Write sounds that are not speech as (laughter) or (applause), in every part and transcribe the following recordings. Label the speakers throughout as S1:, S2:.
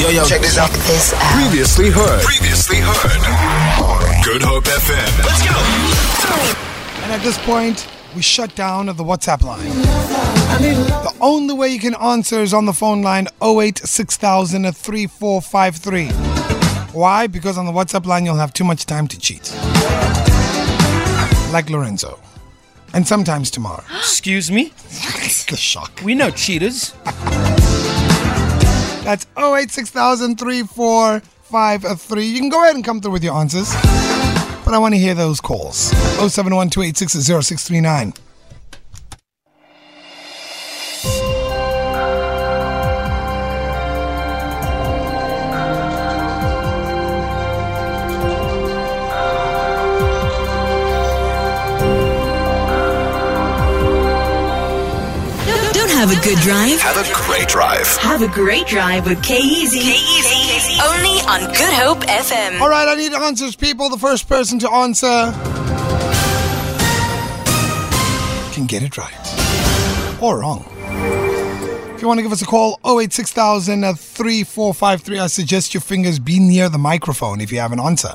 S1: Yo, yo, check this out.
S2: This out.
S3: Previously heard.
S1: Previously heard. Good Hope FM. Let's go.
S4: And at this point, we shut down the WhatsApp line. The only way you can answer is on the phone line 086000 3453. Why? Because on the WhatsApp line, you'll have too much time to cheat. Like Lorenzo. And sometimes tomorrow.
S5: Excuse me?
S4: the shock.
S5: We know cheaters.
S4: That's 086000 3453. You can go ahead and come through with your answers. But I want to hear those calls. 071 286 0639.
S6: Don't, don't have a good drive?
S1: Have a great drive.
S6: Have a great drive with K-Easy. K-Easy. Only on Good Hope FM.
S4: All right, I need answers, people. The first person to answer can get it right or wrong. If you want to give us a call, 086000 uh, 3453, I suggest your fingers be near the microphone if you have an answer.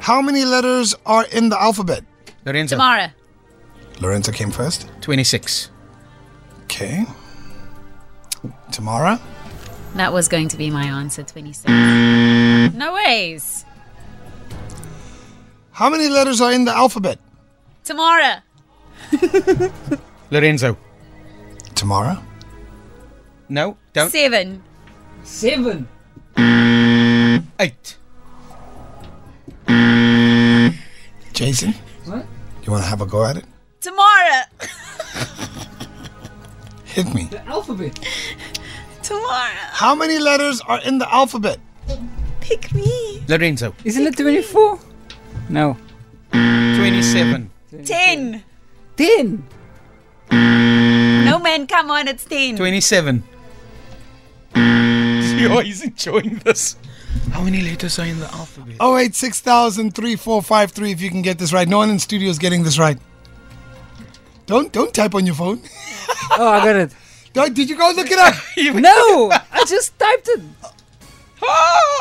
S4: How many letters are in the alphabet?
S5: Lorenzo.
S7: Tomorrow.
S4: Lorenzo came first.
S5: 26.
S4: Okay. Tamara?
S7: That was going to be my answer, 26. No ways.
S4: How many letters are in the alphabet?
S7: Tomorrow.
S5: Lorenzo.
S4: Tamara?
S5: No, don't.
S7: Seven.
S5: Eight.
S4: Jason? What? You want to have a go at it?
S7: Tomorrow.
S4: Hit me.
S8: (laughs)
S7: Tomorrow.
S4: How many letters are in the alphabet?
S7: Pick me.
S5: Lorenzo.
S8: Isn't it 24? No.
S5: 27.
S7: Ten.
S8: 10.
S7: No man, come on, it's ten.
S5: 27. (laughs) Yo, he's enjoying this. How many letters are in the alphabet?
S4: Oh, 086000 3453 if you can get this right. No one in studio is getting this right. Don't don't type on your phone. (laughs)
S8: Oh, I got it.
S4: Don't- did you go look it
S8: (laughs)
S4: up?
S8: No! I just typed it.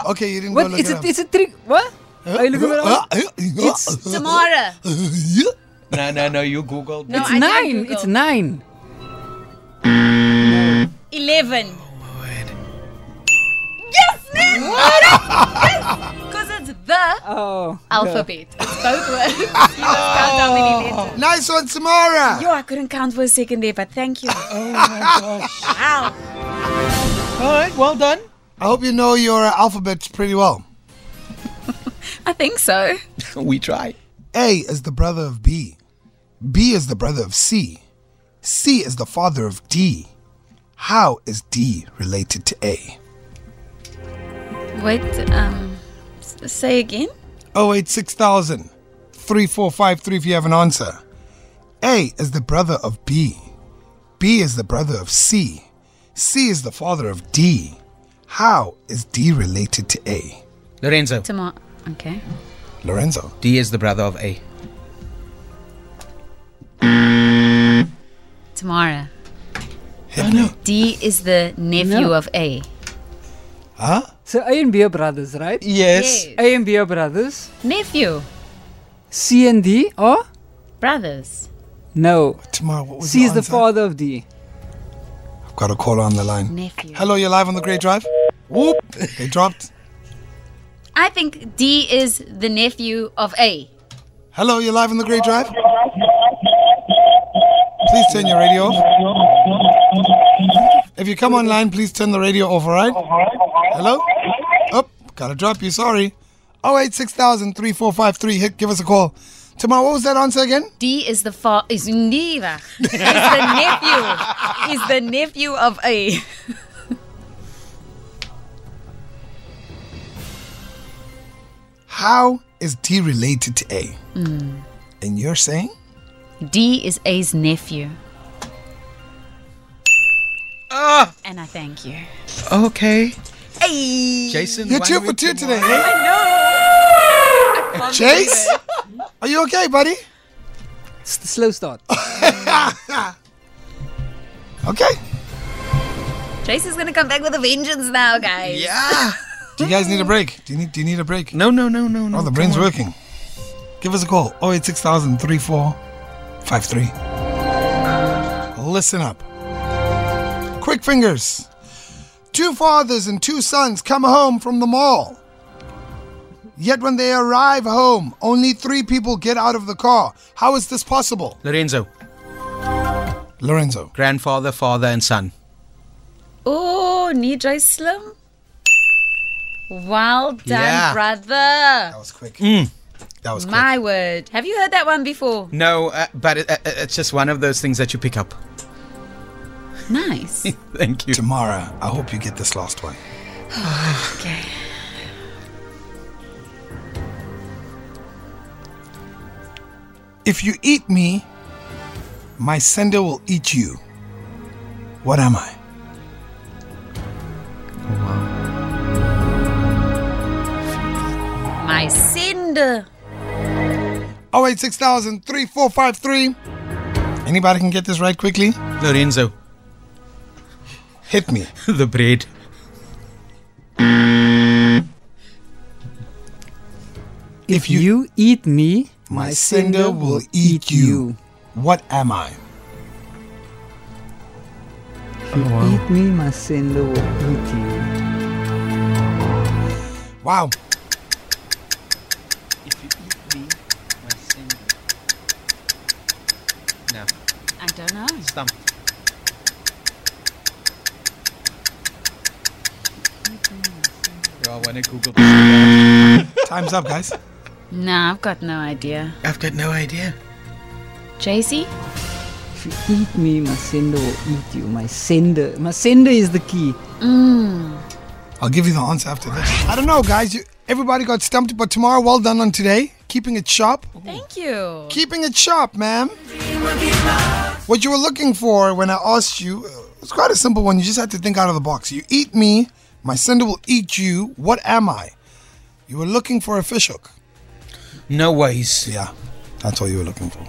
S4: Okay, you didn't go
S8: What?
S4: look
S8: It's
S4: it
S8: a,
S4: up.
S8: it's a trick. What? Are you looking it up?
S4: (laughs)
S7: Tomorrow.
S5: No, no, no, you googled.
S7: No,
S8: It's
S7: I can't
S8: nine.
S7: Google.
S8: It's nine.
S7: Eleven. Yes, man. (laughs) Because it's the
S8: Oh.
S7: alphabet. It's both words. You (laughs) must count how many letters.
S4: Nice one, Samara.
S7: Yo, I couldn't count for a second there, but thank you. Wow.
S5: All right, well done.
S4: I hope you know your uh, alphabets pretty well.
S7: I think so.
S5: We try.
S4: A is the brother of B. B is the brother of C. C is the father of D. How is D related to A?
S7: Wait, um, s- say again?
S4: 086000 3453 if you have an answer. A is the brother of B. B is the brother of C. C is the father of D. How is D related to A?
S5: Lorenzo.
S7: Tomorrow. Okay.
S4: Lorenzo.
S5: D is the brother of A.
S7: Tomorrow.
S4: Hit me.
S7: D is the nephew
S8: No.
S7: of A.
S4: Huh?
S8: So A and B are brothers, right?
S5: Yes.
S8: A and B are brothers.
S7: Nephew.
S8: C and D are?
S7: Brothers.
S8: No.
S4: Tomorrow, what was
S8: C is the
S4: answer?
S8: father of D.
S4: I've got a caller on the line.
S7: Nephew.
S4: Hello, you're live on the Great Drive? Whoop. They dropped.
S7: I think D is the nephew of A.
S4: Hello, you're live on the Great Drive? Please turn your radio off. If you come online, please turn the radio off, alright? Hello? Oh, gotta drop you, sorry. 086000 3453, hit, give us a call. Tomorrow, what was that answer again?
S7: D is the fa- is neither. is the nephew. Is the nephew of A.
S4: How is D related to A? And you're saying?
S7: D is A's nephew. And I thank you.
S5: Okay. Jason.
S4: You're
S5: one
S4: two
S5: win
S4: for two
S5: tomorrow.
S4: today, eh? Chase? Are you okay, buddy?
S8: It's the slow start.
S4: Okay.
S7: Tracy's gonna come back with a vengeance now, guys.
S5: Yeah.
S4: Do you guys need a break? Do you need Do you need a break?
S5: No, no, no, no, no.
S4: Oh, the
S5: Mm. come
S4: brain's
S5: on.
S4: working. Give us a call 086000 3453. Listen up. Quick fingers. Two fathers and two sons come home from the mall. Yet when they arrive home, only three people get out of the car. How is this possible?
S5: Lorenzo,
S4: Lorenzo.
S5: grandfather, father, and son.
S7: Oh, Nijay Slim. Well done,
S5: Yeah.
S7: brother.
S4: That was quick. That was quick.
S7: My word. Have you heard that one before?
S5: No, uh, but it, uh, uh, it's just one of those things that you pick up. (laughs)
S7: Nice.
S5: Thank you.
S4: Tamara, I hope you get this last one.
S7: okay.
S4: If you eat me, my sender will eat you. What am I?
S7: My sender.
S4: Oh, 086000 3453. Anybody can get this right quickly?
S5: Lorenzo, (laughs)
S4: Hit me.
S5: the bread.
S4: If
S8: If
S4: you-
S8: you eat me,
S4: My sender will eat you. What am I?
S8: Eat me, my sender will eat you.
S4: Wow.
S5: If you eat me, my sin. No,
S7: I don't know.
S5: stump. I want to Google.
S4: Time's up, guys.
S7: Nah, I've got no idea.
S5: I've got no idea.
S7: JC?
S8: If you eat me, my sender will eat you. My sender. My sender is the key.
S4: I'll give you the answer after this. I don't know, guys. You, everybody got stumped, but tomorrow, well done on today. Keeping it sharp.
S7: Thank you.
S4: Keeping it sharp, ma'am. What you were looking for when I asked you uh, was quite a simple one. You just had to think out of the box. You eat me, my sender will eat you. What am I? You were looking for a fishhook.
S5: No ways.
S4: Yeah, that's what you were looking for.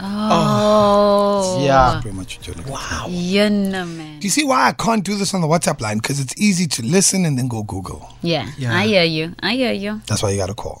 S7: Oh.
S4: Yeah, pretty much what you're looking for.
S7: You know, man.
S4: Do you see why I can't do this on the WhatsApp line? Because it's easy to listen and then go Google.
S7: Yeah,
S5: Yeah.
S7: I hear you. I hear you.
S4: That's why you got to call.